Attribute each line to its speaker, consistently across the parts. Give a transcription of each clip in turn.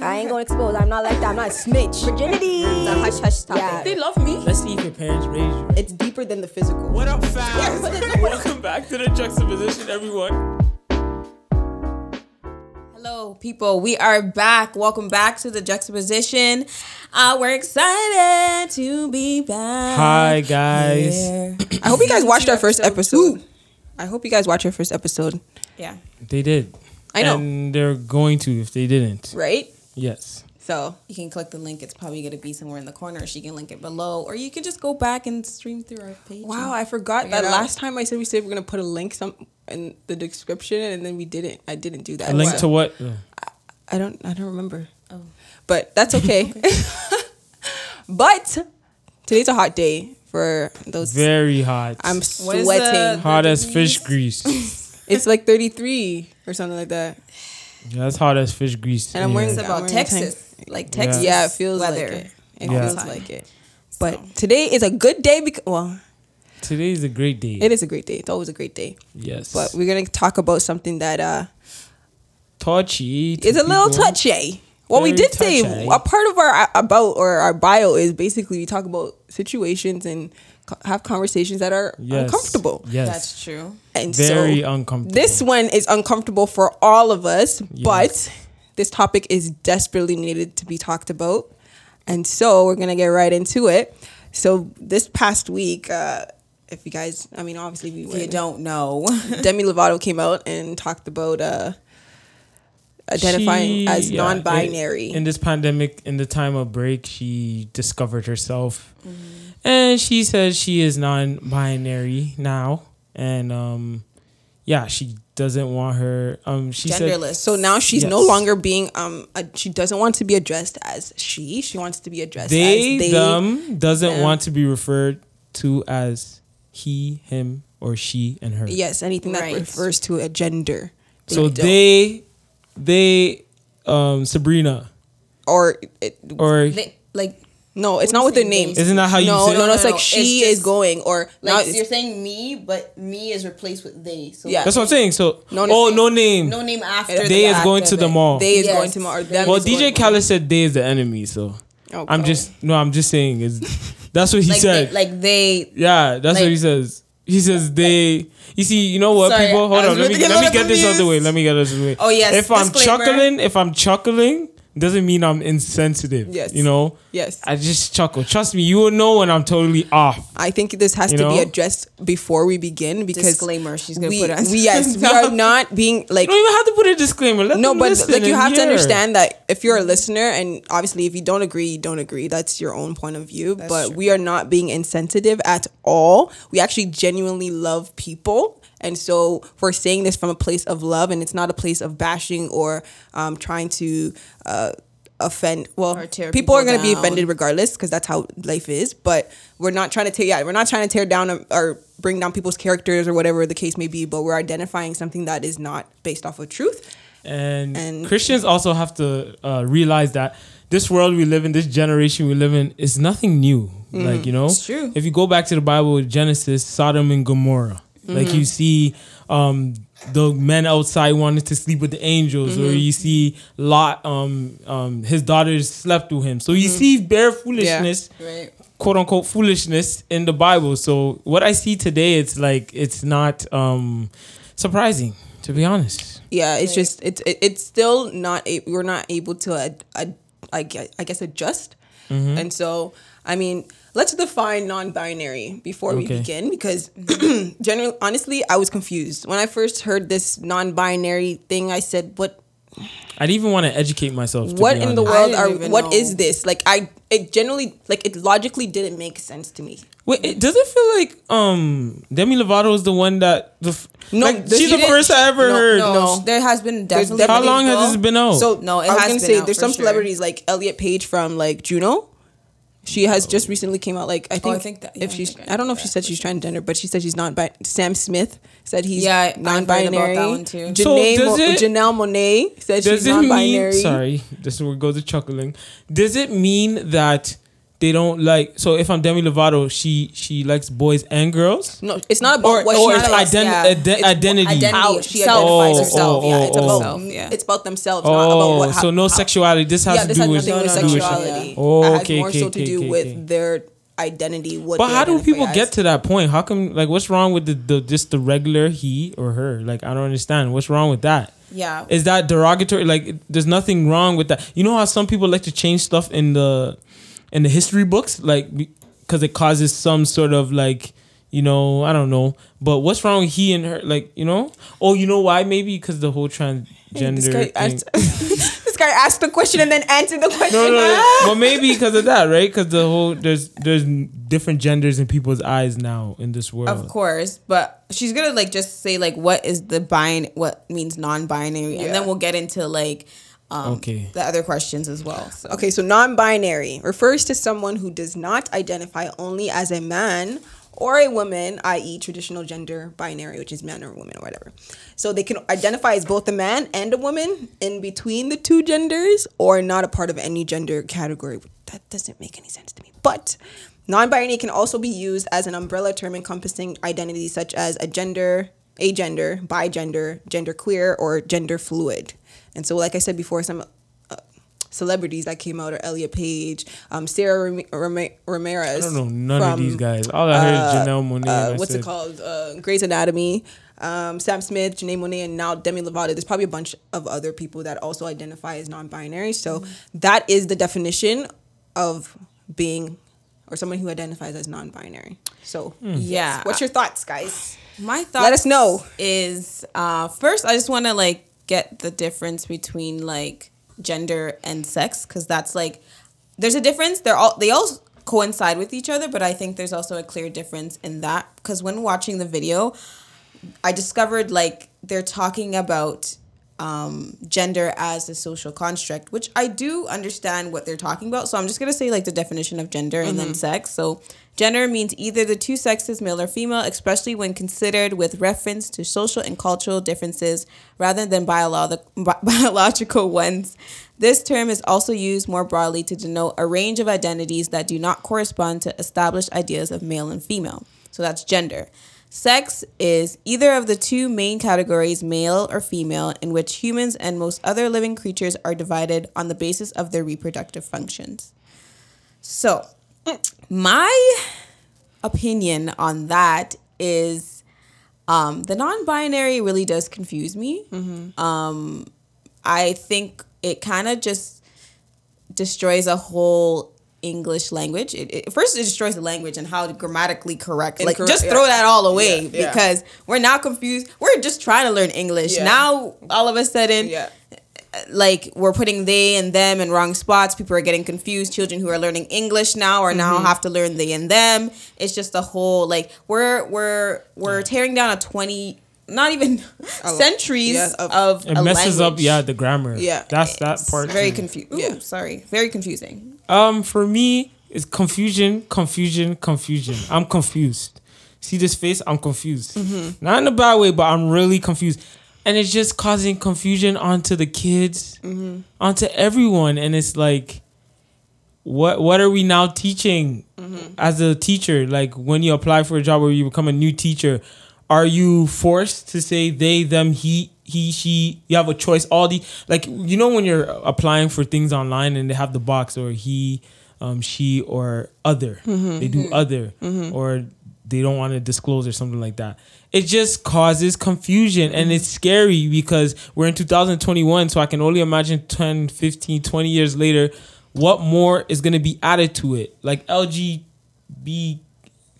Speaker 1: I ain't gonna expose. I'm not like that. I'm not a snitch.
Speaker 2: Virginity.
Speaker 1: It's a hush hush topic.
Speaker 2: Yeah.
Speaker 3: They love me.
Speaker 4: Especially if your parents raised you. right?
Speaker 1: It's deeper than the physical.
Speaker 4: What up, fam?
Speaker 1: Yes.
Speaker 4: Welcome back to the juxtaposition, everyone.
Speaker 3: Hello, people. We are back. Welcome back to the juxtaposition. Uh, we're excited to be back.
Speaker 4: Hi, guys.
Speaker 3: Yeah.
Speaker 2: I hope you guys watched our
Speaker 3: Two
Speaker 2: first
Speaker 3: episodes.
Speaker 2: episode. I hope you guys watched our first episode.
Speaker 3: Yeah.
Speaker 4: They did.
Speaker 2: I know.
Speaker 4: And they're going to if they didn't.
Speaker 2: Right?
Speaker 4: Yes.
Speaker 2: So
Speaker 3: You can click the link. It's probably going to be somewhere in the corner. She can link it below. Or you can just go back and stream through our page.
Speaker 2: wow, I forgot
Speaker 3: Bring it
Speaker 2: that
Speaker 3: up.
Speaker 2: last time I said we said we're gonna put a link some in the description and then we didn't. I didn't do
Speaker 4: A
Speaker 2: that.
Speaker 4: link
Speaker 2: So-
Speaker 4: to what?
Speaker 2: I don't I don't remember.
Speaker 3: Oh.
Speaker 2: But that's okay. but today's a hot day for those
Speaker 4: Very hot.
Speaker 2: I'm
Speaker 3: What is
Speaker 2: sweating.
Speaker 3: the-
Speaker 4: hot as fish grease.
Speaker 2: It's like 33 or something like that.
Speaker 4: Yeah, that's hot as fish grease.
Speaker 2: And I'm wearing-
Speaker 3: It's
Speaker 2: Yeah.
Speaker 3: about
Speaker 2: We're in
Speaker 3: Texas. Like Texas.
Speaker 2: Yeah, it feels
Speaker 3: weather.
Speaker 2: like it. It
Speaker 4: Yeah.
Speaker 2: feels
Speaker 3: All the time.
Speaker 2: like it. But today is a good day because well,
Speaker 4: Today's a great day.
Speaker 2: it is a great day. It's always a great day.
Speaker 4: Yes.
Speaker 2: But we're gonna talk about something that uh
Speaker 4: touchy. to
Speaker 2: is a little
Speaker 4: people.
Speaker 2: touchy. Well, we
Speaker 4: Very
Speaker 2: did say
Speaker 4: touchy.
Speaker 2: a part of our about or our bio is basically we talk about situations and co- have conversations that are
Speaker 4: Yes.
Speaker 2: uncomfortable.
Speaker 4: Yes.
Speaker 3: That's true.
Speaker 2: And
Speaker 4: Very
Speaker 2: so
Speaker 4: uncomfortable.
Speaker 2: this one is uncomfortable for all of us, but this topic is desperately needed to be talked about. And so we're going to get right into it. So this past week, uh, if you guys, I mean, obviously we
Speaker 3: If you
Speaker 2: went-
Speaker 3: don't know.
Speaker 2: Demi Lovato came out and talked about uh, identifying
Speaker 4: She-
Speaker 2: as
Speaker 4: yeah,
Speaker 2: non-binary.
Speaker 4: in, in this pandemic in the time of break she discovered herself
Speaker 2: Mm-hmm.
Speaker 4: and she says she is non-binary now and um yeah she doesn't want her um she
Speaker 3: Genderless.
Speaker 2: so now she's no
Speaker 4: Yes.
Speaker 2: longer being um a, she doesn't want to be addressed as she. She wants to be addressed
Speaker 4: said they,
Speaker 2: as they.
Speaker 4: them doesn't
Speaker 2: them.
Speaker 4: want to be referred to as he him or she and her
Speaker 2: Yes, anything that
Speaker 3: Right.
Speaker 2: refers to a gender.
Speaker 4: so
Speaker 2: don't.
Speaker 4: they they um sabrina
Speaker 2: or it,
Speaker 4: or
Speaker 3: They- like,
Speaker 2: no, it's
Speaker 3: What
Speaker 2: not
Speaker 3: is
Speaker 2: with their
Speaker 3: it?
Speaker 2: name.
Speaker 4: isn't that how you
Speaker 2: no,
Speaker 4: say
Speaker 2: no, no,
Speaker 4: it?
Speaker 2: It's
Speaker 3: No,
Speaker 2: like
Speaker 3: no,
Speaker 2: she
Speaker 3: it's
Speaker 2: is
Speaker 3: just-
Speaker 2: going or now
Speaker 5: Like
Speaker 2: it's-
Speaker 5: you're saying me, but me is replaced with they. So
Speaker 2: Yeah.
Speaker 4: that's what i'm saying so
Speaker 2: No, no,
Speaker 4: oh
Speaker 2: they-
Speaker 4: no name
Speaker 5: no name after.
Speaker 2: They
Speaker 4: they
Speaker 5: the
Speaker 4: is
Speaker 5: act
Speaker 4: going
Speaker 5: of
Speaker 4: to the
Speaker 5: it.
Speaker 4: mall
Speaker 2: they is
Speaker 5: Yes.
Speaker 2: going to mar- or them
Speaker 4: Well,
Speaker 2: is going
Speaker 4: DJ
Speaker 2: to-
Speaker 4: Khaled said they is the enemy, so
Speaker 2: Oh,
Speaker 4: I'm
Speaker 2: God.
Speaker 4: just no, I'm just saying is that's what he
Speaker 5: Like
Speaker 4: said.
Speaker 5: they, like they.
Speaker 4: yeah, that's what
Speaker 5: like-
Speaker 4: he says. He says they. You see, you know what,
Speaker 5: Sorry,
Speaker 4: people. Hold
Speaker 5: I
Speaker 4: on,
Speaker 5: was
Speaker 4: let me
Speaker 5: really getting
Speaker 4: let
Speaker 5: a
Speaker 4: me
Speaker 5: little
Speaker 4: get this out the way.
Speaker 5: confused.
Speaker 4: Let me get this out the way.
Speaker 5: Oh, yes,
Speaker 4: if I'm
Speaker 5: disclaimer.
Speaker 4: chuckling, if I'm chuckling, doesn't mean I'm insensitive.
Speaker 2: Yes.
Speaker 4: you know.
Speaker 2: Yes.
Speaker 4: I just chuckle. Trust me, you will know when I'm totally off.
Speaker 2: I think this has
Speaker 4: You
Speaker 2: to be
Speaker 4: know?
Speaker 2: addressed before we begin because
Speaker 3: Disclaimer, she's gonna
Speaker 2: we,
Speaker 3: put us-
Speaker 2: we yes we are not being like
Speaker 4: You don't even have to put a disclaimer. Let
Speaker 2: no
Speaker 4: them
Speaker 2: but
Speaker 4: listen
Speaker 2: like you
Speaker 4: and
Speaker 2: have to
Speaker 4: hear.
Speaker 2: understand that if you're a listener and obviously if you don't agree you don't agree that's your own point of view but we are not being insensitive at all we actually genuinely love people and so we're saying this from a place of love and it's not a place of bashing or um, trying to uh, offend well
Speaker 3: Or tear
Speaker 2: people, are
Speaker 3: people
Speaker 2: going to be
Speaker 3: down.
Speaker 2: offended regardless because that's how life is but we're not trying to tear yeah, we're not trying to tear down or, or bring down people's characters or whatever the case may be but we're identifying something that is not based off of truth
Speaker 4: And,
Speaker 2: And-
Speaker 4: Christians also have to uh, realize that this world we live in, this generation we live in, is nothing new. Like you know,
Speaker 3: Mm, It's true.
Speaker 4: If you go back to the Bible, Genesis, Sodom and Gomorrah, like
Speaker 3: Mm-hmm.
Speaker 4: you see um, the men outside wanted to sleep with the angels,
Speaker 3: Mm-hmm.
Speaker 4: or you see Lot, um, um, his daughters slept with him. So
Speaker 3: Mm-hmm.
Speaker 4: you see bare foolishness
Speaker 3: right.
Speaker 4: quote unquote foolishness in the Bible. So what I see today, it's like it's not um surprising, to be honest.
Speaker 2: yeah it's just it's it, it's still not a, we're not able to uh, uh, I, gue- I guess adjust and so i mean let's define non-binary before we
Speaker 4: Okay.
Speaker 2: begin because generally honestly i was confused when i first heard this non-binary thing i said what
Speaker 4: I'd even want to educate myself. To
Speaker 2: what
Speaker 4: be
Speaker 2: in the
Speaker 3: I
Speaker 4: honest.
Speaker 2: world
Speaker 3: didn't
Speaker 2: are
Speaker 3: even
Speaker 2: what is
Speaker 3: know.
Speaker 2: this like i it generally like it logically didn't make sense to me
Speaker 4: Wait, it, does it feel like um Demi Lovato is the one that the f-
Speaker 2: No,
Speaker 4: like,
Speaker 2: the-
Speaker 4: she's
Speaker 2: she
Speaker 4: the
Speaker 2: didn't-
Speaker 4: first I ever
Speaker 2: no,
Speaker 4: heard.
Speaker 2: no.
Speaker 3: There has been definitely.
Speaker 4: How long has this been out?
Speaker 2: So
Speaker 3: No, it
Speaker 2: I was
Speaker 3: has
Speaker 2: gonna
Speaker 3: been
Speaker 2: say
Speaker 3: out
Speaker 2: there's
Speaker 3: for
Speaker 2: some
Speaker 3: sure.
Speaker 2: celebrities like Elliot Page from like Juno. She
Speaker 4: Oh.
Speaker 2: has just recently came out like I think,
Speaker 3: Oh, I think that- yeah,
Speaker 2: if
Speaker 3: I
Speaker 2: she's
Speaker 3: think I
Speaker 2: I, don't know
Speaker 3: know
Speaker 2: if she
Speaker 3: that
Speaker 2: said she's transgender, but she said she's not. Bi- Sam Smith said he's
Speaker 3: Yeah, I- I've heard about that
Speaker 2: non-binary.
Speaker 3: one too.
Speaker 2: Janae
Speaker 4: So
Speaker 2: Mo-
Speaker 4: does it-
Speaker 2: Janelle Monet said she's
Speaker 4: does it
Speaker 2: non-binary.
Speaker 4: mean? Sorry, this will go to chuckling. Does it mean that they don't like. So if I'm Demi Lovato, she she likes boys and girls.
Speaker 2: No, it's not about
Speaker 4: Or-
Speaker 2: what
Speaker 4: or
Speaker 2: she
Speaker 4: it's
Speaker 2: likes.
Speaker 4: ident-
Speaker 2: yeah.
Speaker 4: ide-
Speaker 2: It's
Speaker 4: identity.
Speaker 2: How
Speaker 3: How
Speaker 2: she
Speaker 3: self-
Speaker 2: identifies
Speaker 4: Oh,
Speaker 2: herself.
Speaker 4: oh,
Speaker 2: yeah, it's
Speaker 4: oh,
Speaker 2: about
Speaker 3: oh. Yeah.
Speaker 2: it's about themselves, not about
Speaker 4: Oh,
Speaker 2: what.
Speaker 4: so no
Speaker 2: how,
Speaker 4: sexuality. This has
Speaker 2: yeah,
Speaker 4: to
Speaker 2: this
Speaker 4: do
Speaker 2: has
Speaker 4: with
Speaker 2: nothing with
Speaker 4: do with-
Speaker 2: sexuality.
Speaker 4: Oh,
Speaker 2: That has
Speaker 4: okay,
Speaker 2: more
Speaker 4: okay,
Speaker 2: so to
Speaker 4: okay,
Speaker 2: do
Speaker 4: okay, okay.
Speaker 2: with their identity. What
Speaker 4: But
Speaker 2: they
Speaker 4: how do
Speaker 2: identify
Speaker 4: people
Speaker 2: as.
Speaker 4: get to that point? How come? Like, what's wrong with the, the just the regular he or her? Like, I don't understand. What's wrong with that?
Speaker 3: Yeah.
Speaker 4: Is that derogatory? Like, it- there's nothing wrong with that. You know how some people like to change stuff in the in the history books, like because it causes some sort of like. You know, I don't know, but what's wrong with he and her? Like, you know, oh, you know why? Maybe because the whole transgender.
Speaker 2: This guy,
Speaker 4: thing.
Speaker 2: asked, this guy asked the question and then answered the question.
Speaker 4: No, no, no. Well, maybe because of that, right? Because the whole there's there's different genders in people's eyes now in this world.
Speaker 3: Of course, but she's gonna like just say like what is the bind what means non-binary, and then
Speaker 2: Yeah.
Speaker 3: we'll get into like um,
Speaker 4: Okay.
Speaker 3: the other questions as well. So.
Speaker 2: Okay, so non binary refers to someone who does not identify only as a man or a woman, i.e., traditional gender binary, which is man or woman or whatever. So they can identify as both a man and a woman in between the two genders or not a part of any gender category. That doesn't make any sense to me. But non binary can also be used as an umbrella term encompassing identities such as a gender, a gender, bi gender, gender queer, or gender fluid. And so, like I said before, some celebrities that came out are Elliot Page, um, Sarah Ram- Ram- Ramirez.
Speaker 4: I don't know none of
Speaker 2: from,
Speaker 4: these guys. All I heard is
Speaker 2: uh,
Speaker 4: Janelle Monae.
Speaker 2: uh,
Speaker 4: and I
Speaker 2: what's
Speaker 4: said,
Speaker 2: it called? Uh, Grey's Anatomy. Um, Sam Smith, Janae Monet, and now Demi Lovato. There's probably a bunch of other people that also identify as non-binary. So that is the definition of being or someone who identifies as non-binary. So
Speaker 4: Hmm.
Speaker 3: Yeah.
Speaker 2: what's your thoughts, guys?
Speaker 3: My thought
Speaker 2: us know.
Speaker 3: is uh first I just want to like get the difference between like gender and sex cuz that's like there's a difference they're all they all coincide with each other but I think there's also a clear difference in that cuz when watching the video I discovered like they're talking about um, gender as a social construct, which I do understand what they're talking about. So I'm just gonna say like the definition of gender and then sex. So gender means either the two sexes, male or female, especially when considered with reference to social and cultural differences rather than biolo- bi- biological ones. This term is also used more broadly to denote a range of identities that do not correspond to established ideas of male and female. So that's gender. Sex is either of the two main categories, male or female, in which humans and most other living creatures are divided on the basis of their reproductive functions. So, my opinion on that is um, the non binary really does confuse me.
Speaker 5: Mm-hmm.
Speaker 3: Um, I think it kind of just destroys a whole English language. It, it- first, it destroys the language and how to grammatically correct. like,
Speaker 2: Incorrect,
Speaker 3: just
Speaker 2: yeah.
Speaker 3: throw that all away
Speaker 2: Yeah, yeah.
Speaker 3: because we're now confused. We're just trying to learn English.
Speaker 2: Yeah.
Speaker 3: Now, all of a sudden, like we're putting they and them in wrong spots. People are getting confused. Children who are learning English now are now have to learn they and them. It's just a whole like we're we're we're tearing down a twenty, not even centuries
Speaker 2: yeah,
Speaker 3: of,
Speaker 2: of-
Speaker 4: It
Speaker 3: a
Speaker 4: messes up,
Speaker 3: language.
Speaker 4: yeah, the grammar.
Speaker 2: Yeah.
Speaker 4: that's that
Speaker 3: It's
Speaker 4: part.
Speaker 3: Very
Speaker 4: too.
Speaker 3: confused. Yeah, sorry, very confusing.
Speaker 4: Um, for me, it's confusion, confusion, confusion. I'm confused. See this face? I'm confused.
Speaker 2: Mm-hmm.
Speaker 4: Not in a bad way, but I'm really confused. And it's just causing confusion onto the kids,
Speaker 2: Mm-hmm.
Speaker 4: onto everyone. And it's like, what what are we now teaching as a teacher? Like when you apply for a job or you become a new teacher, are you forced to say they, them, he, he, she? You have a choice. All the like you know when you're applying for things online and they have the box or he, um, she or other. They do other or they don't want to disclose or something like that. It just causes confusion and it's scary because we're in 2021 so I can only imagine 10, 15, 20 years later what more is going to be added to it. Like LGB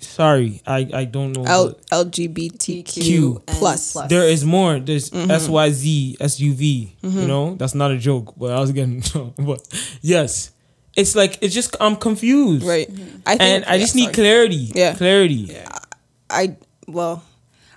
Speaker 4: sorry, I I don't know.
Speaker 2: L-
Speaker 4: what-
Speaker 2: LGBTQ plus.
Speaker 3: plus.
Speaker 4: there is more. There's
Speaker 2: Mm-hmm.
Speaker 4: SYZ, SUV, you know? That's not a joke, but I was getting but yes. It's like it's just I'm confused.
Speaker 2: Right. I
Speaker 4: and I
Speaker 2: yeah,
Speaker 4: just need
Speaker 2: sorry.
Speaker 4: clarity.
Speaker 2: Yeah.
Speaker 4: Clarity.
Speaker 2: I well,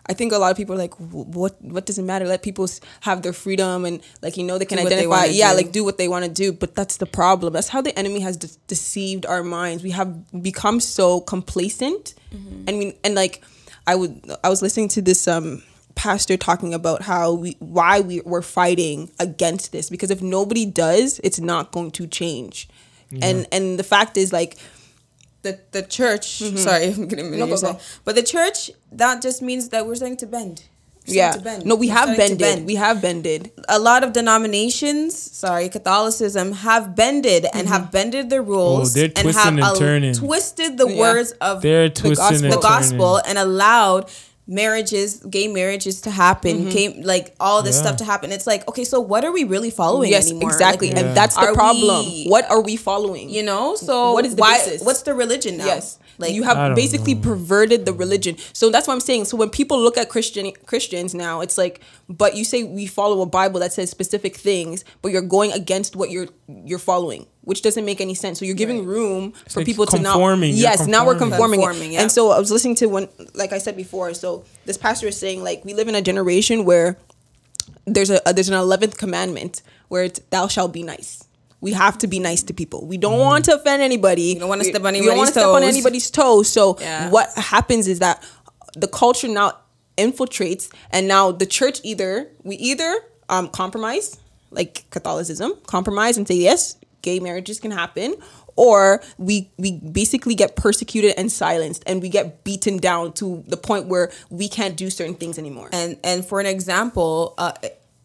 Speaker 2: I think a lot of people are like, "Wh- what what does it matter? Let people s- have their freedom and like you know they can
Speaker 3: Do what they
Speaker 2: identify.
Speaker 3: wanna
Speaker 2: yeah,
Speaker 3: do.
Speaker 2: like do what they want to do. But that's the problem. That's how the enemy has de- deceived our minds. We have become so complacent,
Speaker 3: Mm-hmm.
Speaker 2: and we and like I would I was listening to this um pastor talking about how we why we we're fighting against this because if nobody does, it's not going to change. And and the fact is like
Speaker 3: the the church. Sorry, I'm gonna
Speaker 2: go,
Speaker 3: no,
Speaker 2: go.
Speaker 3: But the church that just means that we're starting to bend. We're starting
Speaker 2: yeah.
Speaker 3: to bend.
Speaker 2: No, we
Speaker 3: We're
Speaker 2: have
Speaker 3: starting to
Speaker 2: bended.
Speaker 3: bend.
Speaker 2: We have bended.
Speaker 3: a lot of denominations, sorry, Catholicism, have bended and have bended the rules
Speaker 4: Mm-hmm. Oh, they're
Speaker 3: and have
Speaker 4: twisting and
Speaker 3: al-
Speaker 4: turning.
Speaker 3: twisted the
Speaker 2: Yeah.
Speaker 3: words of
Speaker 4: They're
Speaker 3: the
Speaker 4: twisting
Speaker 3: gospel,
Speaker 4: and
Speaker 3: the gospel
Speaker 4: turning.
Speaker 3: and allowed marriages, gay marriages to
Speaker 2: Mm-hmm.
Speaker 3: happen, came like all this
Speaker 4: Yeah.
Speaker 3: stuff to happen. It's like, okay, so what are we really following
Speaker 2: Yes,
Speaker 3: anymore? Like,
Speaker 2: exactly.
Speaker 4: Yeah.
Speaker 2: And that's the
Speaker 3: are
Speaker 2: problem.
Speaker 3: we-
Speaker 2: what are we following?
Speaker 3: you know, so
Speaker 2: What is the
Speaker 3: why
Speaker 2: basis?
Speaker 3: what's the religion now?
Speaker 2: Yes.
Speaker 3: Like
Speaker 2: you
Speaker 4: I
Speaker 2: have
Speaker 4: don't
Speaker 2: basically
Speaker 4: know.
Speaker 2: perverted the religion. So that's what I'm saying. So when people look at Christian Christians now, it's like, but you say we follow a Bible that says specific things, but you're going against what you're you're following, which doesn't make any sense. So you're giving room for
Speaker 4: like
Speaker 2: people to not
Speaker 4: conforming. You're
Speaker 2: Yes, now we're
Speaker 4: conforming.
Speaker 2: conforming.
Speaker 3: Conforming, yeah.
Speaker 2: And so I was listening to one like I said before, so this pastor is saying like we live in a generation where there's a uh, there's an eleventh commandment where it's thou shalt be nice. We have to be nice to people. We don't want to offend anybody. We
Speaker 3: don't wanna step on
Speaker 2: We don't wanna
Speaker 3: anybody's
Speaker 2: step on
Speaker 3: toes.
Speaker 2: anybody's toes. So
Speaker 3: Yeah.
Speaker 2: what happens is that the culture now infiltrates, and now the church either we either um, compromise, like Catholicism, compromise and say yes, gay marriages can happen, or we we basically get persecuted and silenced, and we get beaten down to the point where we can't do certain things anymore.
Speaker 3: and and for an example uh,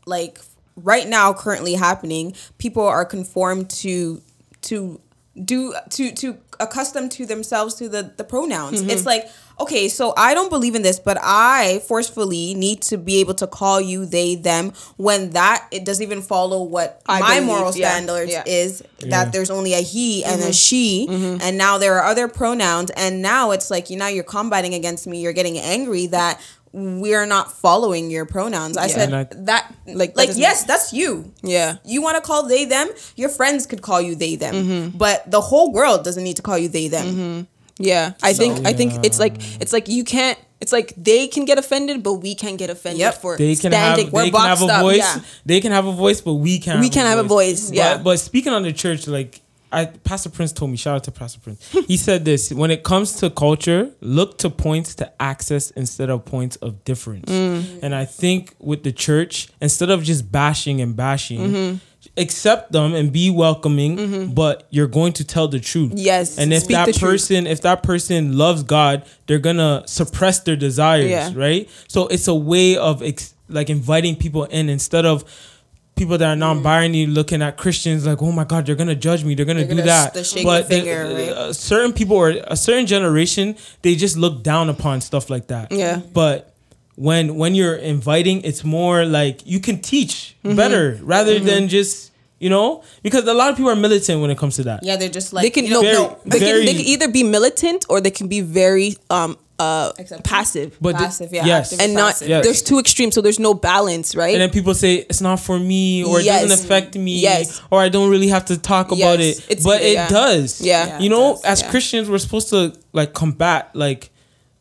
Speaker 3: like right now currently happening people are conformed to to do to to accustomed to themselves to the the pronouns
Speaker 2: Mm-hmm.
Speaker 3: it's like okay so i don't believe in this but i forcefully need to be able to call you they them when that it doesn't even follow what
Speaker 2: I
Speaker 3: my
Speaker 2: believe,
Speaker 3: moral
Speaker 2: yeah,
Speaker 3: standards
Speaker 2: yeah.
Speaker 3: is
Speaker 4: Yeah.
Speaker 3: that there's only a he and
Speaker 2: Mm-hmm.
Speaker 3: a she and now there are other pronouns and now it's like you now you're combating against me you're getting angry that we're not following your pronouns i said
Speaker 4: And I-
Speaker 3: that like
Speaker 2: Like, that
Speaker 3: like
Speaker 2: doesn't-
Speaker 3: yes that's you
Speaker 2: Yeah.
Speaker 3: you want to call they them your friends could call you they them
Speaker 2: Mm-hmm.
Speaker 3: but the whole world doesn't need to call you they them
Speaker 2: Yeah, I think I think it's like it's like you can't. It's like they can get offended, but we can't get offended
Speaker 3: Yep.
Speaker 2: for
Speaker 4: they can
Speaker 2: standing.
Speaker 4: have
Speaker 2: we're
Speaker 4: they can
Speaker 2: boxed
Speaker 4: have a
Speaker 2: up.
Speaker 4: voice.
Speaker 2: Yeah.
Speaker 4: They can have a voice, but we can't.
Speaker 2: We can't have a voice, yeah.
Speaker 4: But, but speaking on the church, like I, Pastor Prince told me, shout out to Pastor Prince. he said this: when it comes to culture, look to points to access instead of points of difference.
Speaker 2: Mm.
Speaker 4: And I think with the church, instead of just bashing and bashing.
Speaker 2: Mm-hmm.
Speaker 4: Accept them and be welcoming, but you're going to tell the truth.
Speaker 2: Yes,
Speaker 4: and if
Speaker 2: speak
Speaker 4: that
Speaker 2: the truth.
Speaker 4: person, if that person loves God, they're gonna suppress their desires,
Speaker 2: Yeah.
Speaker 4: right? So it's a way of ex- like inviting people in instead of people that are
Speaker 3: Mm.
Speaker 4: non-binary looking at Christians like, oh my God, they're gonna judge me, they're gonna do
Speaker 3: gonna
Speaker 4: that.
Speaker 3: sh- the shaking
Speaker 4: but the-
Speaker 3: finger, right?
Speaker 4: uh, certain people or a certain generation, they just look down upon stuff like that.
Speaker 2: Yeah.
Speaker 4: but. When when you're inviting, it's more like you can teach
Speaker 3: Mm-hmm.
Speaker 4: better rather than just you know because a lot of people are militant when it comes to that.
Speaker 3: yeah they're just like
Speaker 2: They can
Speaker 3: you know,
Speaker 2: no,
Speaker 4: Very-
Speaker 2: no. They
Speaker 4: very-
Speaker 2: can they can either be militant or they can be very um uh
Speaker 3: Acceptable.
Speaker 2: passive.
Speaker 4: But the-
Speaker 3: passive yeah
Speaker 4: yes.
Speaker 3: active
Speaker 2: and not
Speaker 3: passive.
Speaker 4: Yes.
Speaker 2: there's two extremes, so there's no balance, right?
Speaker 4: and then people say it's not for me or it
Speaker 2: Yes.
Speaker 4: doesn't affect me
Speaker 2: Yes.
Speaker 4: or I don't really have to talk about
Speaker 2: Yes.
Speaker 4: it.
Speaker 2: It's-
Speaker 4: but it
Speaker 2: yeah.
Speaker 4: does.
Speaker 2: Yeah. Yeah,
Speaker 4: You
Speaker 3: it
Speaker 4: know,
Speaker 3: does.
Speaker 4: as
Speaker 2: Yeah.
Speaker 4: Christians we're supposed to like combat like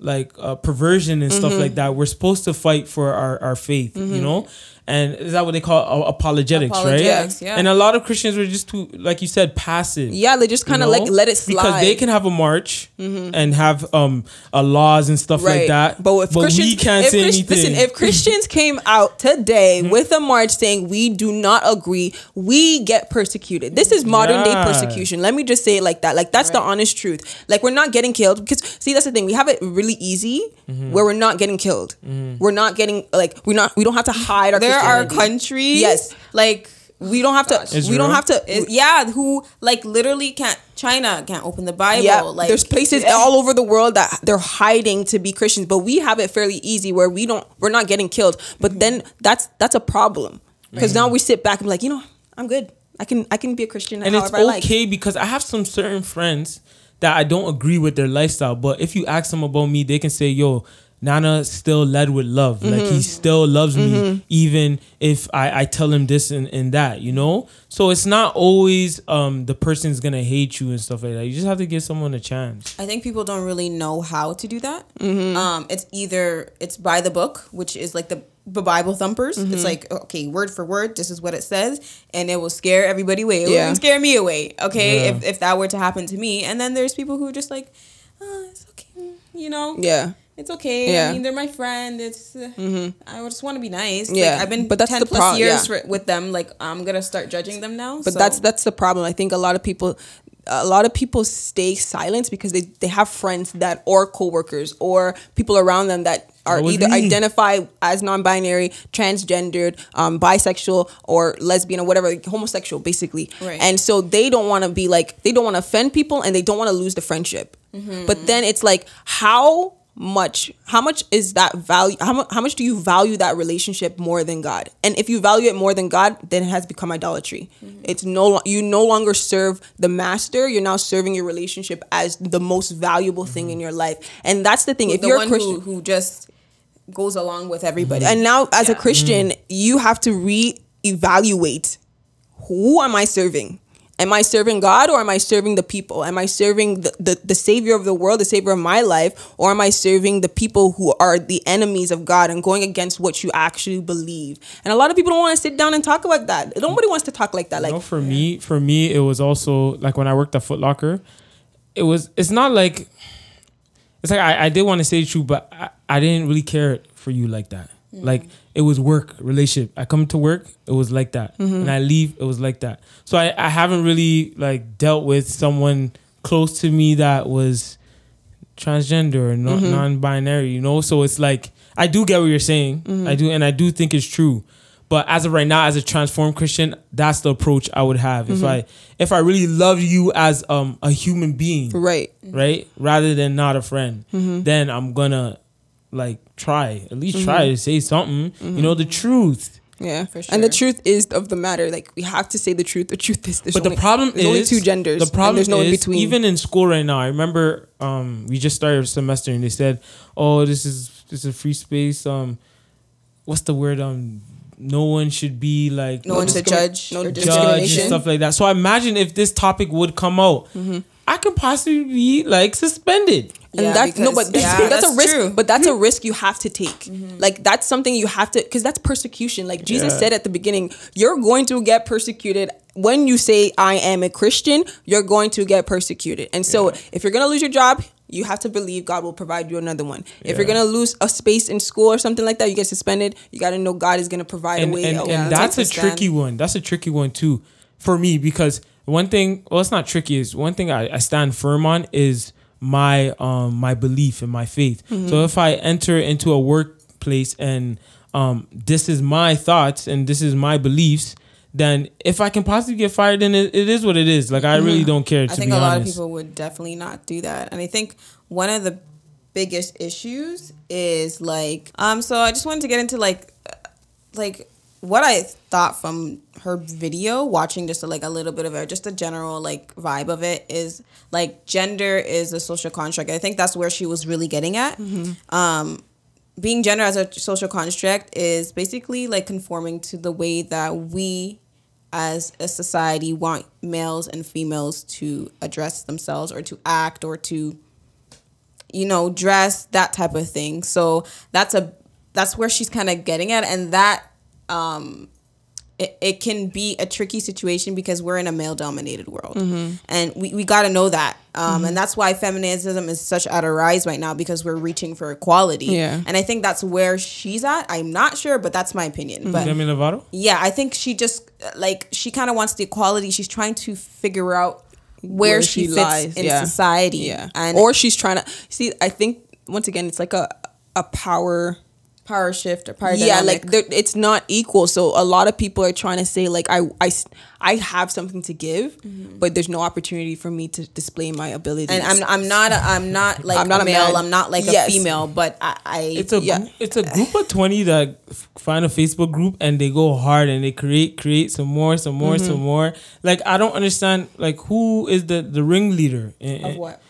Speaker 4: like uh, perversion and
Speaker 2: Mm-hmm.
Speaker 4: stuff like that. We're supposed to fight for our, our faith, you know? And is that what they call uh, apologetics,
Speaker 3: Apologetics,
Speaker 4: right?
Speaker 3: yeah.
Speaker 4: And a lot of Christians were just too like you said, passive.
Speaker 2: yeah, they just
Speaker 4: you
Speaker 2: kind of
Speaker 4: know?
Speaker 2: like let it slide. Mm-hmm.
Speaker 4: because they can have a march and have um uh, laws and stuff like that.
Speaker 2: But if Christians,
Speaker 4: we can't
Speaker 2: if
Speaker 4: say
Speaker 2: Chris-
Speaker 4: anything. Hmm?
Speaker 2: Listen, if Christians came out today with a march saying we do not agree, we get persecuted. This is modern
Speaker 4: Yeah.
Speaker 2: day persecution. Let me just say it like that. Like that's the honest truth. Like we're not getting killed because see that's the thing. We have it really easy
Speaker 4: Mm-hmm.
Speaker 2: where we're not getting killed. We're not getting like we're not we don't have to hide our
Speaker 3: there are
Speaker 2: Christianity.
Speaker 3: countries
Speaker 2: Yes.
Speaker 3: like
Speaker 2: we don't have to we
Speaker 4: Israel?
Speaker 2: don't have to
Speaker 3: is, yeah who like literally can't China can't open the Bible
Speaker 2: yeah,
Speaker 3: like
Speaker 2: there's places all over the world that they're hiding to be Christians, but we have it fairly easy where we don't we're not getting killed. But then that's that's a problem because now we sit back and be like, you know, I'm good. I can I can be a Christian
Speaker 4: and it's
Speaker 2: however I like.
Speaker 4: okay because I have some certain friends that I don't agree with their lifestyle, but if you ask them about me, they can say, "Yo, Nana still led with love. Like he still loves me, even if I, I tell him this and, and that. You know, so it's not always um the person's gonna hate you and stuff like that. You just have to give someone a chance.
Speaker 3: I think people don't really know how to do that.
Speaker 2: Mm-hmm.
Speaker 3: Um, it's either it's by the book, which is like the, the Bible thumpers.
Speaker 2: Mm-hmm.
Speaker 3: It's like okay, word for word, this is what it says, and it will scare everybody away. It
Speaker 2: Yeah.
Speaker 3: would scare me away. Okay,
Speaker 4: Yeah.
Speaker 3: if if that were to happen to me, and then there's people who are just like, oh, it's okay, you know,
Speaker 2: Yeah,
Speaker 3: it's okay.
Speaker 2: Yeah. Mm-hmm.
Speaker 3: I mean, they're my friend. It's uh, I just want to be nice.
Speaker 2: Yeah.
Speaker 3: like, I've been
Speaker 2: But that's
Speaker 3: ten
Speaker 2: the
Speaker 3: plus
Speaker 2: pro-
Speaker 3: years
Speaker 2: yeah.
Speaker 3: for, with them. Like I'm gonna start judging them now.
Speaker 2: but
Speaker 3: so-
Speaker 2: that's that's the problem. I think a lot of people a lot of people stay silent because they, they have friends that or coworkers or people around them that are
Speaker 4: That was
Speaker 2: either
Speaker 4: me.
Speaker 2: identify as non-binary, transgendered, um, bisexual, or lesbian or whatever, homosexual, basically.
Speaker 3: Right.
Speaker 2: And so they don't want to be like they don't want to offend people and they don't want to lose the friendship.
Speaker 3: Mm-hmm.
Speaker 2: But then it's like how much how much is that value how, mu- how much do you value that relationship more than god and if you value it more than god then it has become idolatry
Speaker 3: Mm-hmm.
Speaker 2: it's no lo- you no longer serve the master you're now serving your relationship as the most valuable thing in your life and that's the thing if
Speaker 3: the
Speaker 2: you're a
Speaker 3: one
Speaker 2: christian
Speaker 3: Mm-hmm. who, who just goes along with everybody.
Speaker 2: and now as a
Speaker 3: Yeah.
Speaker 4: Mm.
Speaker 2: christian you have to re-evaluate who am i serving am i serving god or am i serving the people am i serving the, the, the savior of the world the savior of my life or am i serving the people who are the enemies of god and going against what you actually believe and a lot of people don't want to sit down and talk about that nobody wants to talk like that like
Speaker 4: you know, for me, for me, it was also like when I worked at Foot Locker, it was. It's not like. It's like I, I did want to say true, but I, I didn't really care for you like that. Like it was work relationship. I come to work, it was like that, and I leave, it was like that. So I, I haven't really like dealt with someone close to me that was transgender or no- non-binary you know so it's like i do get what you're saying i do and i do think it's true but as of right now as a transformed christian that's the approach i would have if i if i really love you as um a human being
Speaker 2: right
Speaker 4: right rather than not a friend then i'm gonna like try at least try to say something you know the truth
Speaker 2: yeah
Speaker 3: For
Speaker 2: and the
Speaker 3: sure.
Speaker 2: truth is of the matter like we have to say the truth the truth is there's
Speaker 4: but
Speaker 2: only-
Speaker 4: the problem
Speaker 2: there's
Speaker 4: is
Speaker 2: only two genders
Speaker 4: The problem
Speaker 2: and there's no
Speaker 4: is
Speaker 2: in between
Speaker 4: even in school right now. I remember um, we just started our semester and they said, "Oh, this is this is a free space. Um, what's the word? Um, no one should be like
Speaker 3: no one should judge.
Speaker 2: no
Speaker 3: or
Speaker 2: judge.
Speaker 4: judge and
Speaker 2: discrimination.
Speaker 4: stuff like that." So I imagine if this topic would come out, I could possibly be like suspended.
Speaker 2: and
Speaker 3: Yeah,
Speaker 2: that's no,
Speaker 3: because-
Speaker 2: but that's,
Speaker 3: yeah,
Speaker 2: that's, a
Speaker 3: that's
Speaker 2: risk.
Speaker 3: true. Mm-hmm.
Speaker 2: But that's a risk you have to take. Like that's something you have to, because that's persecution. Like Jesus
Speaker 4: Yeah.
Speaker 2: said at the beginning, you're going to get persecuted when you say I am a Christian. You're going to get persecuted, and so if you're gonna lose your job. You have to believe God will provide you another one. If you're
Speaker 4: Yeah.
Speaker 2: gonna lose a space in school or something like that, you get suspended. You got to know God is gonna provide
Speaker 4: and,
Speaker 2: a way.
Speaker 4: and,
Speaker 2: out.
Speaker 4: and
Speaker 3: Yeah,
Speaker 4: that's a
Speaker 3: take the
Speaker 4: tricky
Speaker 3: stand.
Speaker 4: one. That's a tricky one too for me because one thing, well, it's not tricky. Is one thing I, I stand firm on is my um my belief and my faith.
Speaker 3: Mm-hmm.
Speaker 4: So if I enter into a workplace and um this is my thoughts and this is my beliefs, then if I can possibly get fired, then it, it is what it is. Like I really don't care.
Speaker 3: Mm-hmm.
Speaker 4: To
Speaker 3: I think
Speaker 4: be
Speaker 3: a lot
Speaker 4: honest.
Speaker 3: of people would definitely not do that. And I think one of the biggest issues is like um so I just wanted to get into like uh, like what I thought from her video watching just like a little bit of it just the general like vibe of it is like gender is a social construct. I think that's where she was really getting at. Um being gender as a social construct is basically like conforming to the way that we as a society want males and females to address themselves or to act or to you know dress that type of thing so that's a that's where she's kind of getting at and that um it, it can be a tricky situation because we're in a male dominated world and we, we got to know that um, and that's why feminism is such at a rise right now because we're reaching for equality
Speaker 2: Yeah.
Speaker 3: and i think that's where she's at i'm not sure but that's my opinion but
Speaker 4: Demi Lovato.
Speaker 3: yeah, I think she just like she kind of wants the equality. She's trying to figure out where,
Speaker 2: Where
Speaker 3: she,
Speaker 2: she
Speaker 3: fits
Speaker 2: lies,
Speaker 3: in
Speaker 2: yeah.
Speaker 3: society.
Speaker 2: yeah,
Speaker 3: and
Speaker 2: or
Speaker 3: or
Speaker 2: she's trying to see. I think once again, it's like a a power
Speaker 3: power shift or power
Speaker 2: yeah
Speaker 3: dynamic.
Speaker 2: like there- it's not equal so a lot of people are trying to say like i i, s- I have something to give but there's no opportunity for me to display my abilities
Speaker 3: Mm-hmm. and I'm I'm not a, I'm not like
Speaker 2: I'm not
Speaker 3: a
Speaker 2: a
Speaker 3: male.
Speaker 2: man.
Speaker 3: I'm not like
Speaker 2: Yes.
Speaker 3: a female, but I, I
Speaker 4: It's a
Speaker 2: Yeah.
Speaker 4: group, it's a group of twenty that f- find a Facebook group and they go hard and they create create some more some more
Speaker 3: Mm-hmm.
Speaker 4: some more. Like I don't understand like who is the the ringleader in,
Speaker 3: of what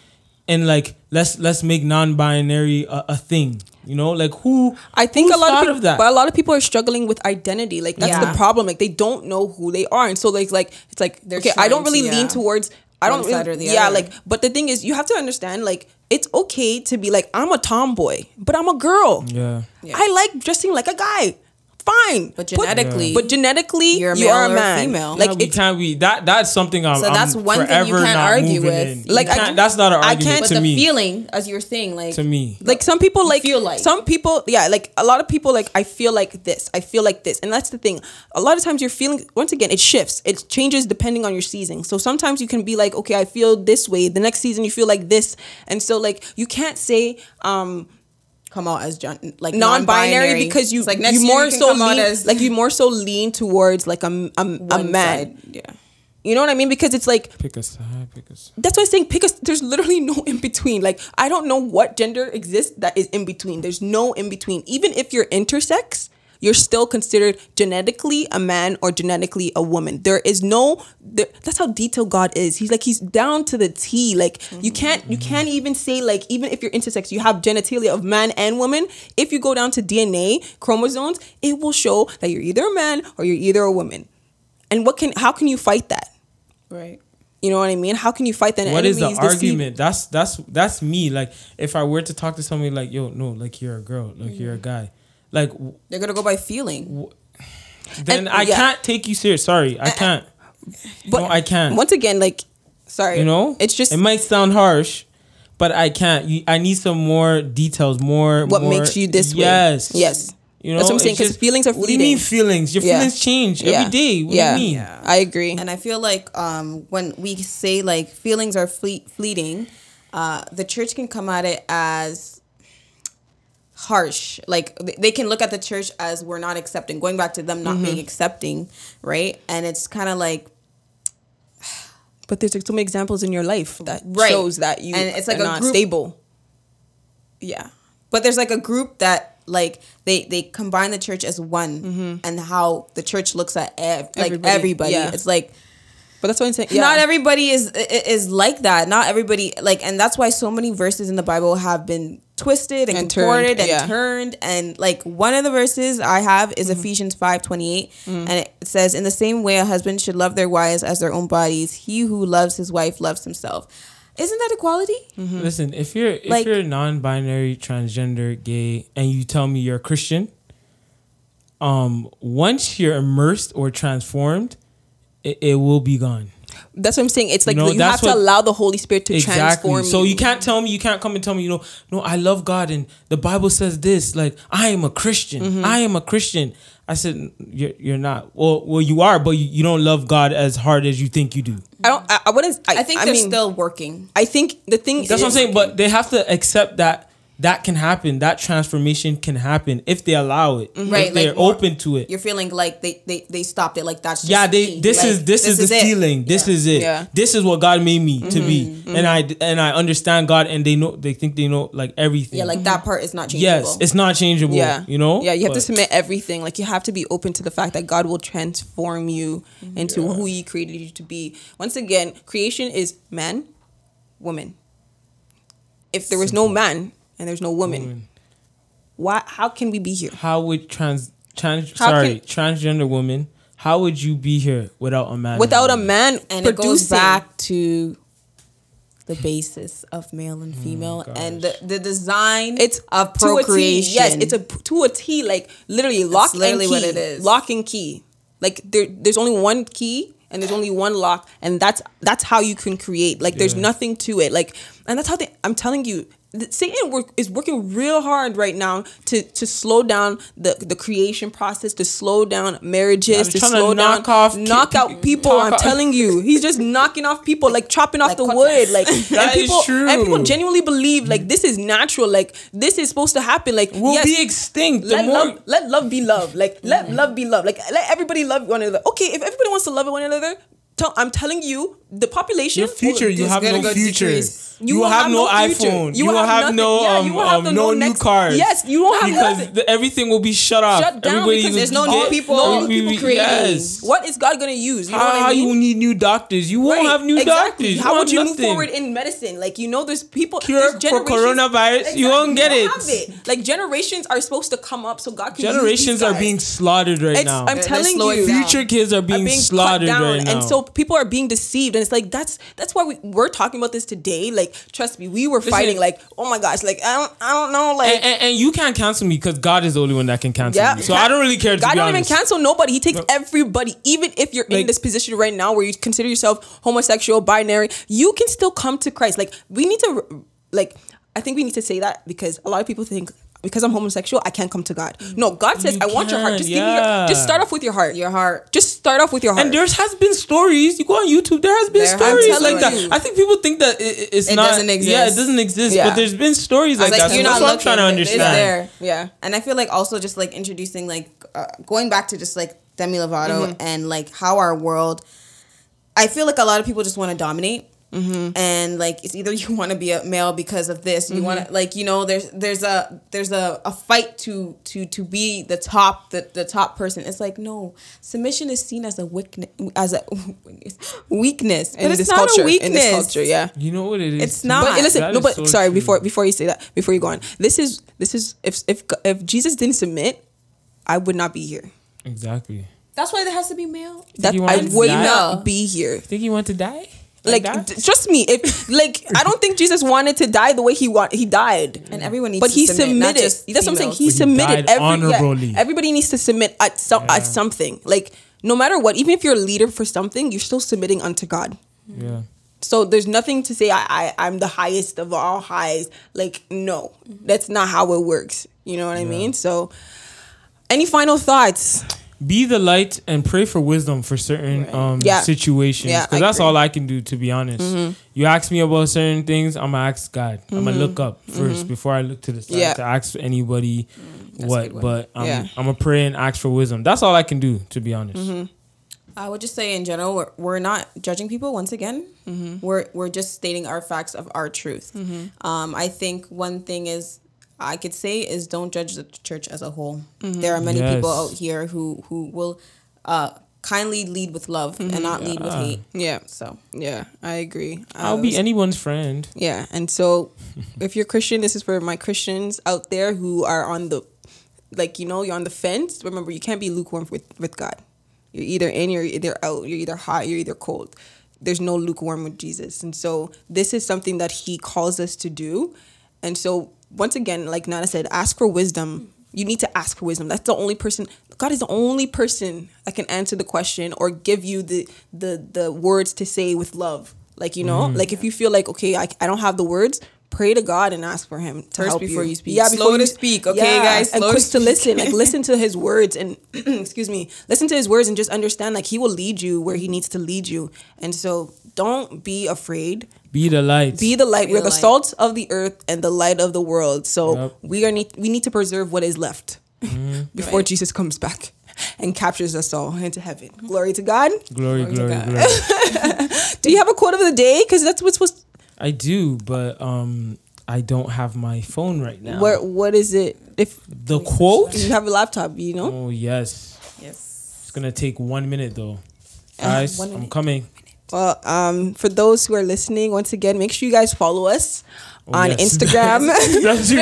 Speaker 4: and like let's let's make non-binary a, a thing. You know, like who
Speaker 2: I think
Speaker 4: who
Speaker 2: a lot of
Speaker 4: thought
Speaker 2: people,
Speaker 4: of that.
Speaker 2: but a lot of people are struggling with identity. Like that's
Speaker 3: Yeah.
Speaker 2: the problem. Like they don't know who they are, and so like like it's like
Speaker 3: They're
Speaker 2: okay, I don't
Speaker 3: trying to,
Speaker 2: really
Speaker 3: yeah,
Speaker 2: lean towards. I don't
Speaker 3: one
Speaker 2: really,
Speaker 3: side or the
Speaker 2: yeah,
Speaker 3: other.
Speaker 2: like but the thing is, you have to understand like it's okay to be like I'm a tomboy, but I'm a girl.
Speaker 4: Yeah.
Speaker 2: I like dressing like a guy. fine.
Speaker 3: But
Speaker 2: Put-
Speaker 3: genetically,
Speaker 2: but genetically,
Speaker 3: you're
Speaker 2: you're
Speaker 3: a male or
Speaker 2: a,
Speaker 3: a
Speaker 2: man.
Speaker 3: female.
Speaker 2: Like
Speaker 4: Like we
Speaker 2: it's
Speaker 4: can't be that. That's something I'm.
Speaker 3: So that's
Speaker 4: I'm
Speaker 3: one thing you
Speaker 4: forever
Speaker 3: can't
Speaker 4: not
Speaker 3: argue
Speaker 4: moving
Speaker 3: with.
Speaker 4: in.
Speaker 2: Like,
Speaker 4: Like
Speaker 2: I
Speaker 4: can't,
Speaker 2: can't-
Speaker 4: that's not an
Speaker 2: I
Speaker 4: argument
Speaker 2: can't-
Speaker 3: but
Speaker 4: to
Speaker 3: the
Speaker 4: me.
Speaker 3: feeling, as you were saying, like
Speaker 4: to me,
Speaker 2: like some people like,
Speaker 3: feel like.
Speaker 2: some people yeah like a lot of people like i feel like this i feel like this and that's the thing a lot of times you're feeling once again it shifts it changes depending on your season so sometimes you can be like okay i feel this way the next season you feel like this and so like you can't say um
Speaker 3: come out as gen- like
Speaker 2: non-binary, because you
Speaker 3: It's like next
Speaker 2: you
Speaker 3: year
Speaker 2: more
Speaker 3: you can
Speaker 2: so
Speaker 3: come out
Speaker 2: lean,
Speaker 3: as
Speaker 2: like you more so lean towards like a, m- a, m- a
Speaker 3: one
Speaker 2: man
Speaker 3: side. Yeah,
Speaker 2: you know what i mean because it's like
Speaker 4: pick a side. Pick a side.
Speaker 2: that's why I'm saying pick a, there's literally no in between. Like I don't know what gender exists that is in between. There's no in between. Even if you're intersex, you're still considered genetically a man or genetically a woman. There is no there, that's how detailed God is. He's like he's down to the T. Like
Speaker 3: Mm-hmm.
Speaker 2: you can't you can't even say like even if you're intersex, you have genitalia of man and woman. If you go down to DNA chromosomes, it will show that you're either a man or you're either a woman. And what can how can you fight that?
Speaker 3: right.
Speaker 2: You know what I mean? How can you fight that?
Speaker 4: What is the
Speaker 2: enemy deceived?
Speaker 4: argument? That's that's that's me. Like if I were to talk to somebody, like yo, no, like you're a girl, like you're a
Speaker 2: Mm.
Speaker 4: guy, like w-
Speaker 3: They're gonna go by feeling.
Speaker 4: then
Speaker 2: And-
Speaker 4: I
Speaker 2: yeah. Uh,
Speaker 4: can't take you serious. Sorry, I can't.
Speaker 2: But
Speaker 4: no, I can't.
Speaker 2: Once again, like, sorry,
Speaker 4: you know,
Speaker 2: it's just
Speaker 4: it might sound harsh, but I can't. You, I need some more details. More
Speaker 2: what
Speaker 4: more-
Speaker 2: makes you this
Speaker 4: Yes,
Speaker 2: way. Yes,
Speaker 4: You know,
Speaker 2: That's what I'm
Speaker 4: It's
Speaker 2: saying, 'cause
Speaker 4: just-
Speaker 2: feelings are
Speaker 4: What do you mean
Speaker 2: fleeting.
Speaker 4: feelings? Your
Speaker 2: Yeah.
Speaker 4: feelings change
Speaker 2: Yeah.
Speaker 4: every day. What
Speaker 2: yeah.
Speaker 4: do you mean?
Speaker 2: Yeah. I agree.
Speaker 3: And I feel like um, when we say like feelings are fleet fleeting, uh, the church can come at it as harsh. Like th- they can look at the church as we're not accepting, going back to them not being accepting, right? And it's kind of like
Speaker 2: but there's like, so many examples in your life that
Speaker 3: Right.
Speaker 2: shows that you
Speaker 3: And it's like
Speaker 2: are
Speaker 3: a
Speaker 2: not
Speaker 3: group-
Speaker 2: stable.
Speaker 3: yeah but there's like a group that like they they combine the church as one and how the church looks at ev- like everybody,
Speaker 2: Everybody, yeah.
Speaker 3: it's like
Speaker 2: But that's what I'm saying. Yeah.
Speaker 3: not everybody is i- i- is like that not everybody like and that's why so many verses in the bible have been twisted and,
Speaker 2: And turned,
Speaker 3: contorted and
Speaker 2: yeah.
Speaker 3: turned and like one of the verses i have is
Speaker 4: Mm-hmm.
Speaker 3: ephesians five twenty eight,
Speaker 4: Mm.
Speaker 3: and it says in the same way a husband should love their wives as their own bodies he who loves his wife loves himself isn't that equality
Speaker 4: Mm. Listen, if you're if
Speaker 3: Like-
Speaker 4: you're non-binary, transgender, gay, and you tell me you're a Christian, um, once you're immersed or transformed, it, it will be gone.
Speaker 2: That's what I'm saying. It's like
Speaker 4: No,
Speaker 2: you
Speaker 4: that's
Speaker 2: have to
Speaker 4: what-
Speaker 2: allow the Holy Spirit to
Speaker 4: Exactly.
Speaker 2: transform
Speaker 4: So you
Speaker 2: you
Speaker 4: can't tell me you can't come and tell me you know no I love God and the Bible says this like I am a Christian. I am a Christian. I said you're you're not. Well, well you are, but you, you don't love God as hard as you think you do.
Speaker 2: I don't. I, I wouldn't. I,
Speaker 3: i think
Speaker 2: I
Speaker 3: they're
Speaker 2: mean,
Speaker 3: still working
Speaker 2: I think the thing.
Speaker 4: That's what I'm
Speaker 2: is-
Speaker 4: saying. But they have to accept that that can happen. That transformation can happen if they allow it.
Speaker 3: Right,
Speaker 4: If they're
Speaker 3: like more-
Speaker 4: open to it.
Speaker 3: you're feeling like they they, they stopped it like that's just
Speaker 4: Yeah, they.
Speaker 3: me.
Speaker 4: This
Speaker 3: Like,
Speaker 4: is this, is, the
Speaker 3: it.
Speaker 4: ceiling. This is it.
Speaker 2: Yeah. Mm-hmm,
Speaker 4: This is what God made me to be, and I and I understand God, and they know they think they know like everything.
Speaker 3: yeah like that part is not changeable
Speaker 4: yes, it's not changeable.
Speaker 2: Yeah.
Speaker 4: you know.
Speaker 2: Yeah, you have to
Speaker 4: But
Speaker 2: submit everything. Like you have to be open to the fact that God will transform you
Speaker 3: Mm-hmm.
Speaker 2: into who he created you to be. Once again, creation is man, woman. If there was no man and there's no woman,
Speaker 4: Woman.
Speaker 2: why how can we be here?
Speaker 4: How would trans trans
Speaker 2: How
Speaker 4: sorry
Speaker 2: can-
Speaker 4: transgender woman? How would you be here without a man?
Speaker 2: Without a man
Speaker 3: and it
Speaker 2: producing
Speaker 3: goes back to the basis of male
Speaker 4: Oh
Speaker 3: and female and the, the design
Speaker 2: it's
Speaker 3: of
Speaker 2: to a T.
Speaker 3: procreation
Speaker 2: Yes, it's a to a T. Like literally, lock
Speaker 3: literally
Speaker 2: and key.
Speaker 3: what it is.
Speaker 2: Lock and key. Like there, there's only one key and there's only one lock, and that's that's how you can create. Like there's
Speaker 4: Yeah.
Speaker 2: nothing to it. Like and that's how they. I'm telling you. th- Satan work, is working real hard right now to to slow down the, the creation process, to slow down
Speaker 4: I'm
Speaker 2: marriages, to
Speaker 4: trying to
Speaker 2: slow down,
Speaker 4: knock off ki-
Speaker 2: knock out people.
Speaker 4: talk
Speaker 2: I'm
Speaker 4: off-
Speaker 2: telling you, he's just knocking off people, like chopping off
Speaker 3: Like
Speaker 2: the
Speaker 3: cut-
Speaker 2: wood, like
Speaker 4: That
Speaker 2: and
Speaker 4: is
Speaker 2: people, And people
Speaker 4: true.
Speaker 2: genuinely believe like this is natural, like this is supposed to happen. Like
Speaker 4: we'll
Speaker 2: yes,
Speaker 4: be extinct. The
Speaker 2: let
Speaker 4: more
Speaker 2: love, let love be love. Like let love be love. Like let everybody love one another. Okay, if everybody wants to love one another, tell, I'm telling you, the population
Speaker 4: your future, you
Speaker 2: is
Speaker 4: have
Speaker 2: gonna
Speaker 4: no
Speaker 2: go
Speaker 4: future.
Speaker 2: decrease.
Speaker 4: You, will have, no
Speaker 2: future.
Speaker 4: iPhone. You will have,
Speaker 2: nothing.
Speaker 4: no
Speaker 2: Yeah,
Speaker 4: um,
Speaker 2: you will have
Speaker 4: um,
Speaker 2: the
Speaker 4: no,
Speaker 2: no
Speaker 4: new
Speaker 2: next-
Speaker 4: cars.
Speaker 2: Yes, you won't have
Speaker 4: because
Speaker 2: nothing.
Speaker 4: the- everything will be shut off.
Speaker 2: shut down
Speaker 4: Everybody
Speaker 2: because
Speaker 4: will
Speaker 2: there's no
Speaker 4: be
Speaker 2: new
Speaker 4: dead.
Speaker 2: people.
Speaker 4: We-
Speaker 2: No new
Speaker 4: we-
Speaker 2: people
Speaker 4: we-
Speaker 2: creating.
Speaker 4: yes.
Speaker 2: What is God gonna use? You know
Speaker 4: How,
Speaker 2: what
Speaker 4: how
Speaker 2: I mean?
Speaker 4: you need new doctors? You won't
Speaker 2: Right,
Speaker 4: have new
Speaker 2: exactly.
Speaker 4: doctors. You
Speaker 2: How
Speaker 4: won't
Speaker 2: would you
Speaker 4: have
Speaker 2: move
Speaker 4: nothing.
Speaker 2: forward in medicine? Like you know, there's people
Speaker 4: Cure
Speaker 2: there's
Speaker 4: for
Speaker 2: generations-
Speaker 4: coronavirus, you won't get it.
Speaker 2: have Like generations are supposed to come up, so God can use these
Speaker 4: Generations are
Speaker 2: guys.
Speaker 4: being slaughtered right
Speaker 2: It's,
Speaker 4: now.
Speaker 2: I'm
Speaker 3: They're
Speaker 2: telling
Speaker 3: slowing
Speaker 2: you,
Speaker 3: down.
Speaker 4: Future kids are being,
Speaker 2: are being cut
Speaker 4: slaughtered
Speaker 2: down,
Speaker 4: right now.
Speaker 2: and so people are being deceived. and it's like that's that's why we we're talking about this today. Like, trust me, we were fighting. Like, oh my gosh, like I don't I don't know. Like,
Speaker 4: And, and, and you can't cancel me because God is the only one that can cancel
Speaker 2: yeah,
Speaker 4: me. So I don't really care. To
Speaker 2: God
Speaker 4: be
Speaker 2: don't
Speaker 4: honest.
Speaker 2: even cancel nobody. He takes everybody, even if you're in
Speaker 4: Like-
Speaker 2: this position right now where you consider yourself homosexual, binary. You can still come to Christ. Like we need to, like I think we need to say that because a lot of people think because I'm homosexual I can't come to God. No, God says
Speaker 4: You
Speaker 2: I want your heart.
Speaker 4: can,
Speaker 2: Just give me your.
Speaker 4: yeah.
Speaker 2: Just start off with your heart. Your heart. Just start off with your heart.
Speaker 4: And there has been stories. You go on YouTube. There has been
Speaker 3: There has
Speaker 4: stories
Speaker 2: been
Speaker 4: like that.
Speaker 2: stories.
Speaker 4: I think people think that it, it- it's
Speaker 3: It
Speaker 4: not.
Speaker 3: doesn't exist.
Speaker 4: Yeah, it doesn't exist.
Speaker 2: Yeah.
Speaker 4: But there's been stories like,
Speaker 3: like,
Speaker 4: that.
Speaker 3: you're
Speaker 4: so that's
Speaker 3: not
Speaker 4: what I'm trying to
Speaker 3: looking. It's there.
Speaker 4: understand.
Speaker 2: yeah.
Speaker 3: And I feel like also just like introducing like uh, going back to just like Demi Lovato
Speaker 2: Mm-hmm.
Speaker 3: and like how our world. I feel like a lot of people just want to dominate.
Speaker 2: Mm-hmm.
Speaker 3: And like it's either you want to be a male because of this, you want
Speaker 2: Mm-hmm.
Speaker 3: to like you know there's there's a there's a, a fight to to to be the top the, the top person. It's like no submission is seen as a weakness as a weakness, but
Speaker 2: In
Speaker 3: it's
Speaker 2: this
Speaker 3: not
Speaker 2: culture,
Speaker 3: a weakness.
Speaker 2: in this culture, yeah.
Speaker 4: You know what it is.
Speaker 3: It's
Speaker 4: too?
Speaker 3: not.
Speaker 2: But
Speaker 3: That-
Speaker 2: listen,
Speaker 4: Ah, That
Speaker 2: no,
Speaker 4: is
Speaker 2: but
Speaker 4: so
Speaker 2: sorry,
Speaker 4: true.
Speaker 2: before before you say that, before you go on, this is this is if if if Jesus didn't submit, I would not be here.
Speaker 4: Exactly.
Speaker 3: That's why there has to be male.
Speaker 2: That
Speaker 4: you
Speaker 2: I
Speaker 4: want
Speaker 2: would
Speaker 4: that?
Speaker 2: not be here.
Speaker 4: Think you want to die?
Speaker 2: Like,
Speaker 4: that?
Speaker 2: d- trust me, if like I don't think Jesus wanted to die the way he want he died.
Speaker 3: And everyone needs
Speaker 2: but
Speaker 3: to
Speaker 2: he
Speaker 3: submit, not
Speaker 2: submitted.
Speaker 3: just
Speaker 2: That's what I'm saying.
Speaker 3: females.
Speaker 4: But
Speaker 2: He
Speaker 4: he
Speaker 2: submitted
Speaker 4: died
Speaker 2: every, yeah,
Speaker 4: honorably.
Speaker 2: everybody needs to submit at some
Speaker 4: Yeah.
Speaker 2: at something. Like no matter what, even if you're a leader for something, you're still submitting unto God.
Speaker 4: yeah.
Speaker 2: So there's nothing to say I, I I'm the highest of all highs. Like no, that's not how it works. You know what I mean? So, any final thoughts?
Speaker 4: be the light and pray for wisdom for certain um
Speaker 2: Yeah.
Speaker 4: situations
Speaker 2: Yeah,
Speaker 4: because
Speaker 2: I
Speaker 4: that's
Speaker 2: agree. Mm-hmm.
Speaker 4: all i can do to be honest you ask me about certain things i'm gonna ask god i'm gonna look up 1st before i look to the side
Speaker 2: Mm-hmm. Yeah. Mm,
Speaker 4: to ask anybody what but um,
Speaker 2: Yeah. Mm-hmm.
Speaker 4: i'm gonna pray and ask for wisdom that's all i can do to be honest
Speaker 3: I would just say in general, we're, we're not judging people. Once again,
Speaker 2: Mm-hmm.
Speaker 3: we're we're just stating our facts of our truth. Um, I think one thing is I could say is don't judge the church as a whole.
Speaker 2: Mm-hmm.
Speaker 3: There are many people
Speaker 4: Yes.
Speaker 3: out here who who will uh, kindly lead with love
Speaker 2: Mm-hmm.
Speaker 3: and not lead with hate.
Speaker 2: Yeah,
Speaker 3: So
Speaker 2: yeah, I agree.
Speaker 4: i'll be anyone's friend
Speaker 2: Yeah, and so if you're Christian, this is for my Christians out there who are on the, like you know, you're on the fence. Remember, you can't be lukewarm with with God. You're either in, you're either out. You're either hot, you're either cold. There's no lukewarm with Jesus, and so this is something that He calls us to do. And so once again, like Nana said, ask for wisdom. You need to ask for wisdom. That's the only person. God is the only person that can answer the question or give you the the the words to say with love. Like you know, like if you feel like okay, I, I don't have the words, pray to God and ask for Him to
Speaker 3: First
Speaker 2: help
Speaker 3: before you speak.
Speaker 2: Yeah,
Speaker 3: Slow
Speaker 2: before
Speaker 3: to
Speaker 2: you
Speaker 3: speak, okay, guys?
Speaker 2: and
Speaker 3: Slow to
Speaker 2: quick to listen. Like listen to His words and excuse me, listen to His words and just understand like He will lead you where He needs to lead you. And so don't be afraid
Speaker 4: be the light
Speaker 2: be the light.
Speaker 3: Be
Speaker 2: We're
Speaker 3: the
Speaker 2: the
Speaker 3: light.
Speaker 2: salt of the earth and the light of the world. So
Speaker 4: Yep.
Speaker 2: we are need we need to preserve what is left before Jesus comes back and captures us all into heaven. Glory to God.
Speaker 4: glory glory
Speaker 3: God.
Speaker 4: glory
Speaker 2: Do you have a quote of the day? Because that's what's supposed.
Speaker 4: i do but um i don't have my phone right now
Speaker 2: Where what is it? If
Speaker 4: the quote
Speaker 2: you have a laptop, you know.
Speaker 4: oh yes
Speaker 3: yes,
Speaker 4: it's gonna take one minute though
Speaker 2: Uh,
Speaker 4: guys
Speaker 3: one
Speaker 4: i'm
Speaker 3: minute.
Speaker 4: coming
Speaker 2: Well, um, for those who are listening, once again, make sure you guys follow us
Speaker 4: Oh,
Speaker 2: on
Speaker 4: yes.
Speaker 2: Instagram.
Speaker 4: That's you.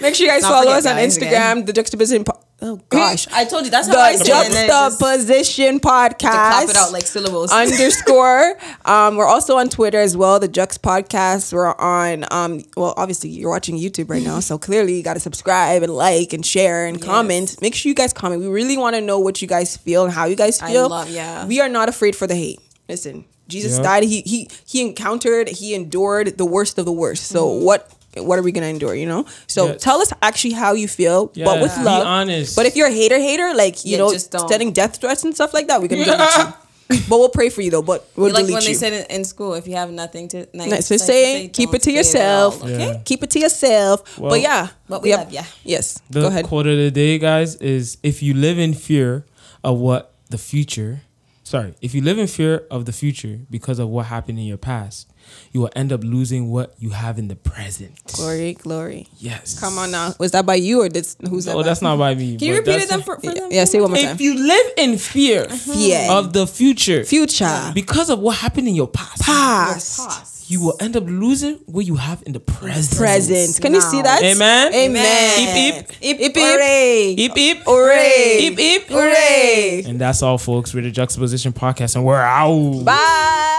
Speaker 2: make sure you guys
Speaker 3: Not
Speaker 2: follow
Speaker 3: forget,
Speaker 2: us on
Speaker 3: guys,
Speaker 2: Instagram. The juxtaposition. Po- oh gosh.
Speaker 5: I told you that's how I
Speaker 2: The
Speaker 5: said it, and then it just-
Speaker 2: juxtaposition podcast.
Speaker 3: to clap it out like syllables.
Speaker 2: underscore. Um, we're also on Twitter as well, the Jux Podcast. We're on, um, well, obviously you're watching YouTube right now, so clearly you got to subscribe and like and share and comment. Make sure you guys comment. We really want to know what you guys feel and how you guys
Speaker 3: I
Speaker 2: feel.
Speaker 3: love- yeah.
Speaker 2: We are not afraid for the hate. Listen, Jesus
Speaker 4: Yeah.
Speaker 2: died. He he he encountered. He endured the worst of the worst. So
Speaker 3: Mm-hmm.
Speaker 2: what? What are we gonna endure? You know. So
Speaker 4: Yes.
Speaker 2: tell us actually how you feel, but with
Speaker 4: Yes, be
Speaker 2: love.
Speaker 4: honest.
Speaker 2: But if you're a hater, hater, like you
Speaker 3: Yeah,
Speaker 2: know,
Speaker 3: just don't.
Speaker 2: sending death threats and stuff like that, we're gonna delete you but we'll pray for you though. But we'll
Speaker 3: like
Speaker 2: delete
Speaker 3: when
Speaker 2: you.
Speaker 3: they said in, in school, if you have nothing to nice,
Speaker 2: Nice to say, keep it to yourself.
Speaker 3: okay,
Speaker 4: Yeah.
Speaker 2: Keep it to yourself.
Speaker 4: Well-
Speaker 2: but yeah,
Speaker 3: But we
Speaker 2: Yep.
Speaker 3: love ya.
Speaker 2: Yes,
Speaker 4: The
Speaker 2: go ahead.
Speaker 4: quote of the day, guys, is if you live in fear of what the future, sorry, if you live in fear of the future because of what happened in your past, you will end up losing what you have in the present.
Speaker 2: Glory, glory.
Speaker 4: Yes.
Speaker 2: Come on now. Was that by you or did who's that?
Speaker 4: Oh,
Speaker 2: by?
Speaker 4: that's not by me.
Speaker 3: Can you
Speaker 4: but
Speaker 3: repeat it
Speaker 4: that's-
Speaker 3: then for, for
Speaker 2: Yeah,
Speaker 3: them?
Speaker 2: yeah, say it one more time.
Speaker 4: If you live in fear
Speaker 2: Fear.
Speaker 4: of the future
Speaker 2: Future.
Speaker 4: because of what happened in your past,
Speaker 2: Past.
Speaker 3: Pause.
Speaker 4: you will end up losing what you have in the present.
Speaker 2: Present. Can you see that?
Speaker 4: Amen.
Speaker 2: Amen.
Speaker 4: Eep, eep.
Speaker 2: Ip, ip,
Speaker 3: Hooray.
Speaker 4: Eep, eep.
Speaker 2: Hooray.
Speaker 4: Eep, eep.
Speaker 2: Hooray.
Speaker 4: And that's all, folks. We're the Juxtaposition Podcast, and we're out.
Speaker 2: Bye.